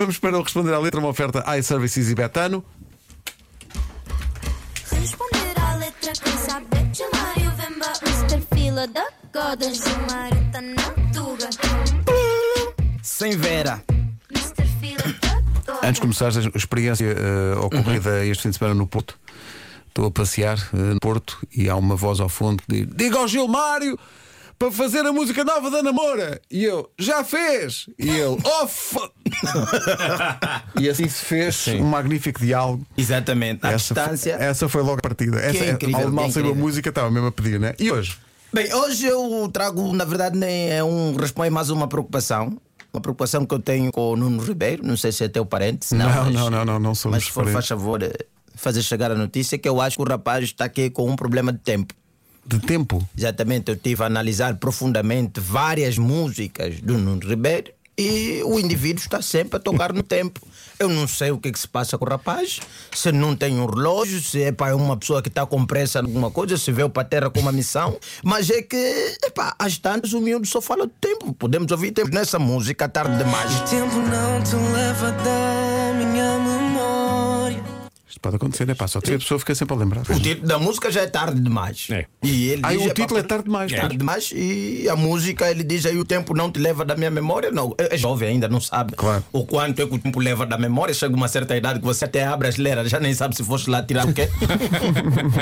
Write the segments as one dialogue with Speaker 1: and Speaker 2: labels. Speaker 1: Vamos para o responder à letra uma oferta iServices e Betano.
Speaker 2: Responder à letra com saber de Mário Vemba Mr. Fila da Goda Gilmário tá na tuga
Speaker 3: Sem Vera.
Speaker 2: Mr. Fila da Goda
Speaker 1: Antes de começar, a experiência eh, ocorrida
Speaker 3: Uhum.
Speaker 1: este fim de semana no Porto. Estou a passear eh, no Porto e há uma voz ao fundo que diz: Diga ao Gilmário para fazer a música nova da Namora. E eu: Já fez! E ele: Oh! fu-" e assim se fez
Speaker 3: Sim.
Speaker 1: um magnífico diálogo.
Speaker 3: Exatamente. À distância.
Speaker 1: Foi, essa foi logo a partida. Essa,
Speaker 3: incrível,
Speaker 1: mal
Speaker 3: que é
Speaker 1: mal saiu a
Speaker 3: incrível.
Speaker 1: música, estava mesmo a pedir, né? E hoje?
Speaker 3: Bem, hoje eu trago, na verdade, nem é um responde mais uma preocupação. Uma preocupação que eu tenho com o Nuno Ribeiro. Não sei se é teu parente. se
Speaker 1: Não,
Speaker 3: mas-
Speaker 1: não, não, não, não somos
Speaker 3: Mas se for,
Speaker 1: parentes.
Speaker 3: faz favor, eh, fazer chegar a notícia que eu acho que o rapaz está aqui com um problema de tempo.
Speaker 1: De tempo.
Speaker 3: Exatamente, eu tive a analisar profundamente várias músicas do Nuno Ribeiro e o indivíduo está sempre a tocar no tempo. Eu não sei o que, é que se passa com o rapaz, se não tem um relógio, se é para uma pessoa que está com pressa em alguma coisa, se veio para a terra com uma missão, mas é que, epá, às tantas o miúdo só fala do tempo. Podemos ouvir tempo nessa música tarde demais.
Speaker 4: O tempo não te leva da minha memória.
Speaker 1: Isto pode acontecer, é pá, só que a pessoa fica sempre a lembrar.
Speaker 3: O título da música já é tarde demais.
Speaker 5: É.
Speaker 3: E ele
Speaker 1: Aí
Speaker 3: diz,
Speaker 1: o título é
Speaker 3: pá,
Speaker 1: tarde demais.
Speaker 3: tarde demais. E a música, ele diz aí o tempo não te leva da minha memória. Não, é é jovem ainda, não sabe
Speaker 1: Claro.
Speaker 3: o quanto é que o tempo leva da memória. Chega uma certa idade que você até abre as leiras, já nem sabe se foste lá tirar o quê.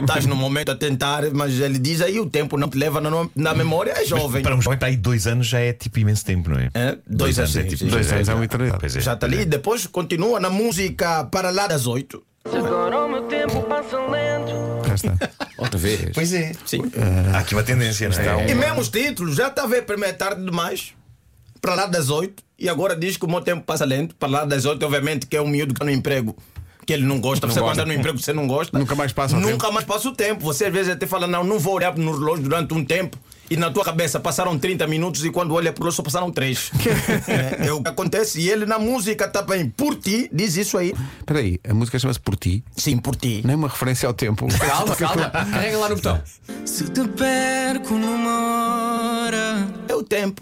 Speaker 3: Estás no momento a tentar, mas ele diz aí o tempo não te leva na, no- na memória. É jovem.
Speaker 5: Para um jovem para aí dois anos já é tipo imenso tempo, não é?
Speaker 3: É, dois anos,
Speaker 5: é
Speaker 3: sim,
Speaker 5: tipo
Speaker 3: sim.
Speaker 1: Dois anos é uma
Speaker 5: Ah,
Speaker 1: eternidade.
Speaker 5: pois é.
Speaker 3: Já está ali. Depois continua na música para lá das oito.
Speaker 4: Agora o meu tempo passa lento.
Speaker 1: Já está.
Speaker 5: Pois é.
Speaker 3: Sim. um-
Speaker 5: Há aqui uma tendência, não é?
Speaker 3: E mesmo os títulos, já está a ver primeiro é tarde demais, para lá das 8, e agora diz que o meu tempo passa lento, para lá das 8, obviamente, que é um miúdo que está no emprego. Que ele não gosta, você quando está no emprego que você não gosta.
Speaker 1: Nunca mais passa o
Speaker 3: Nunca
Speaker 1: tempo.
Speaker 3: mais passa o tempo. Você às vezes até fala, não, não vou olhar no relógio durante um tempo. E na tua cabeça passaram 30 minutos e quando olha para o relógio só passaram 3. é, é o que acontece. E ele na música está bem. Por ti, diz isso aí.
Speaker 1: Espera aí, a música chama-se Por Ti,
Speaker 3: Sim, por ti.
Speaker 1: nem uma referência ao tempo.
Speaker 6: Calma, calma. Carrega lá no botão.
Speaker 4: Se te perco numa hora.
Speaker 3: É o tempo.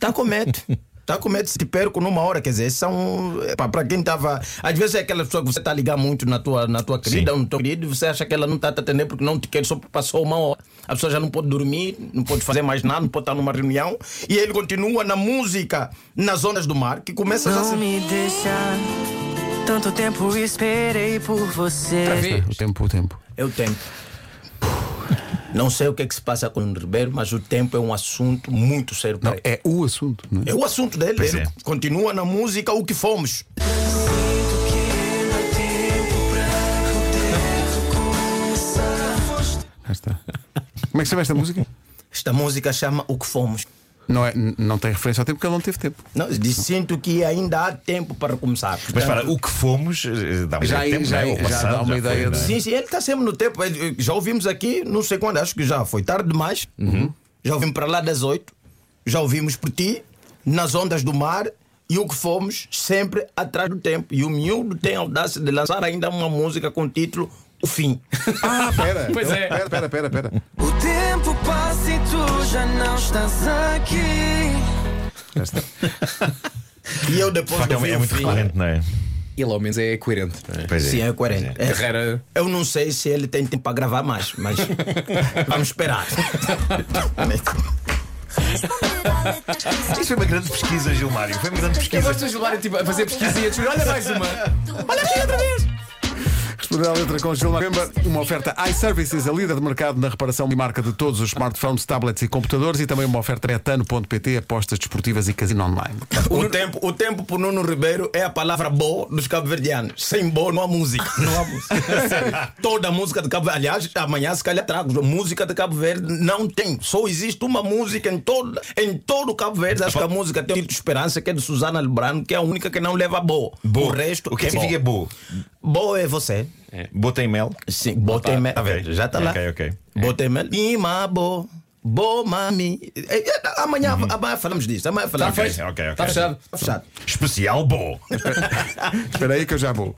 Speaker 3: Tá com medo. Tá com medo se te perco numa hora, quer dizer, são. Para quem tava. Às vezes é aquela pessoa que você tá a ligar muito na tua, na tua querida ou no teu querido e você acha que ela não tá te atender porque não te quer, só porque passou uma hora. A pessoa já não pode dormir, não pode fazer mais nada, não pode estar numa reunião. E ele continua na música, nas zonas do mar, que começa já a
Speaker 4: Não
Speaker 3: se.
Speaker 4: me deixa. Tanto tempo esperei por
Speaker 6: Para
Speaker 4: você.
Speaker 6: ver.
Speaker 1: O tempo, o tempo.
Speaker 3: É o tempo. Não sei o que é que se passa com o Nuno Ribeiro, mas o tempo é um assunto muito sério para
Speaker 1: Não,
Speaker 3: ele.
Speaker 1: é o assunto, não é?
Speaker 3: É o assunto dele.
Speaker 5: Pois
Speaker 3: ele
Speaker 5: é.
Speaker 3: continua na música o que fomos.
Speaker 1: Já está. Como é que se chama esta música?
Speaker 3: Esta música chama O que fomos.
Speaker 1: Não, é, n- não tem referência ao tempo porque ele não teve tempo.
Speaker 3: Não, de- sinto que ainda há tempo para recomeçar.
Speaker 5: Mas para, o que fomos eh, dá um
Speaker 1: Já aí-
Speaker 5: tempo,
Speaker 1: já
Speaker 5: não é?
Speaker 1: aí-
Speaker 5: Ou
Speaker 1: já
Speaker 5: passado,
Speaker 1: dá uma
Speaker 5: já
Speaker 1: ideia
Speaker 5: foi,
Speaker 1: de-
Speaker 5: não é?
Speaker 3: Sim, sim, ele está sempre no tempo. Ele- Já ouvimos aqui, não sei quando, acho que já foi tarde demais. Já ouvimos para lá das oito. Já ouvimos por ti, nas ondas do mar. E o que fomos, sempre atrás do tempo. E o miúdo tem a audácia de lançar ainda uma música com o título O Fim.
Speaker 1: Ah, pera.
Speaker 6: Pois é.
Speaker 1: Pera, pera, pera, pera.
Speaker 4: O tempo passa e tu já não estás aqui.
Speaker 1: Já está.
Speaker 3: E eu depois
Speaker 5: Facto,
Speaker 3: de
Speaker 5: é,
Speaker 3: ouvir
Speaker 5: é
Speaker 3: o
Speaker 5: muito
Speaker 3: fim.
Speaker 5: recorrente, não é?
Speaker 6: Ele ao menos é coerente. não é?
Speaker 5: Pois
Speaker 3: Sim, é
Speaker 5: pois
Speaker 3: coerente. É.
Speaker 6: Carreira.
Speaker 3: Eu não sei se ele tem tempo para gravar mais, mas vamos esperar.
Speaker 2: Responder à letra com
Speaker 5: Isso foi uma grande pesquisa, Gilmário. Foi uma grande
Speaker 6: Eu
Speaker 5: pesquisa.
Speaker 6: gosto de ajudar tipo, a fazer pesquisa e a dizer, olha mais um uma.
Speaker 1: Responder à letra com Gilmar Pemba, uma oferta iServices, a líder de mercado na reparação e marca de todos os smartphones, tablets e computadores e também uma oferta betano.pt, apostas desportivas e casino online.
Speaker 3: O tempo, o tempo para Nuno Ribeiro é a palavra boa dos cabo-verdianos. Sem boa não há música. Não há música. Toda a música de Cabo Verde. Aliás, amanhã se calhar trago. Música de Cabo Verde não tem. Só existe uma música em todo, em todo o Cabo Verde. Acho que a música tem o título Esperança, que é de Susana Lebrano, que é a única que não leva boa.
Speaker 5: Bo.
Speaker 3: O resto.
Speaker 5: O que é
Speaker 3: é
Speaker 5: que significa
Speaker 3: boa?
Speaker 5: bo?
Speaker 3: Boa é você.
Speaker 5: Botei mel.
Speaker 3: Sim, botei mel.
Speaker 5: ok.
Speaker 3: Já está lá.
Speaker 5: Ok, ok.
Speaker 3: Botei mel. Ima, bo. Bo, mami. É, é, Amanhã, amanhã falamos disso. Amanhã falamos
Speaker 5: Tá, Ok,
Speaker 3: disso.
Speaker 5: ok, ok.
Speaker 6: Está fechado.
Speaker 3: Fechado.
Speaker 5: Especial bo.
Speaker 1: Espera aí que eu já vou.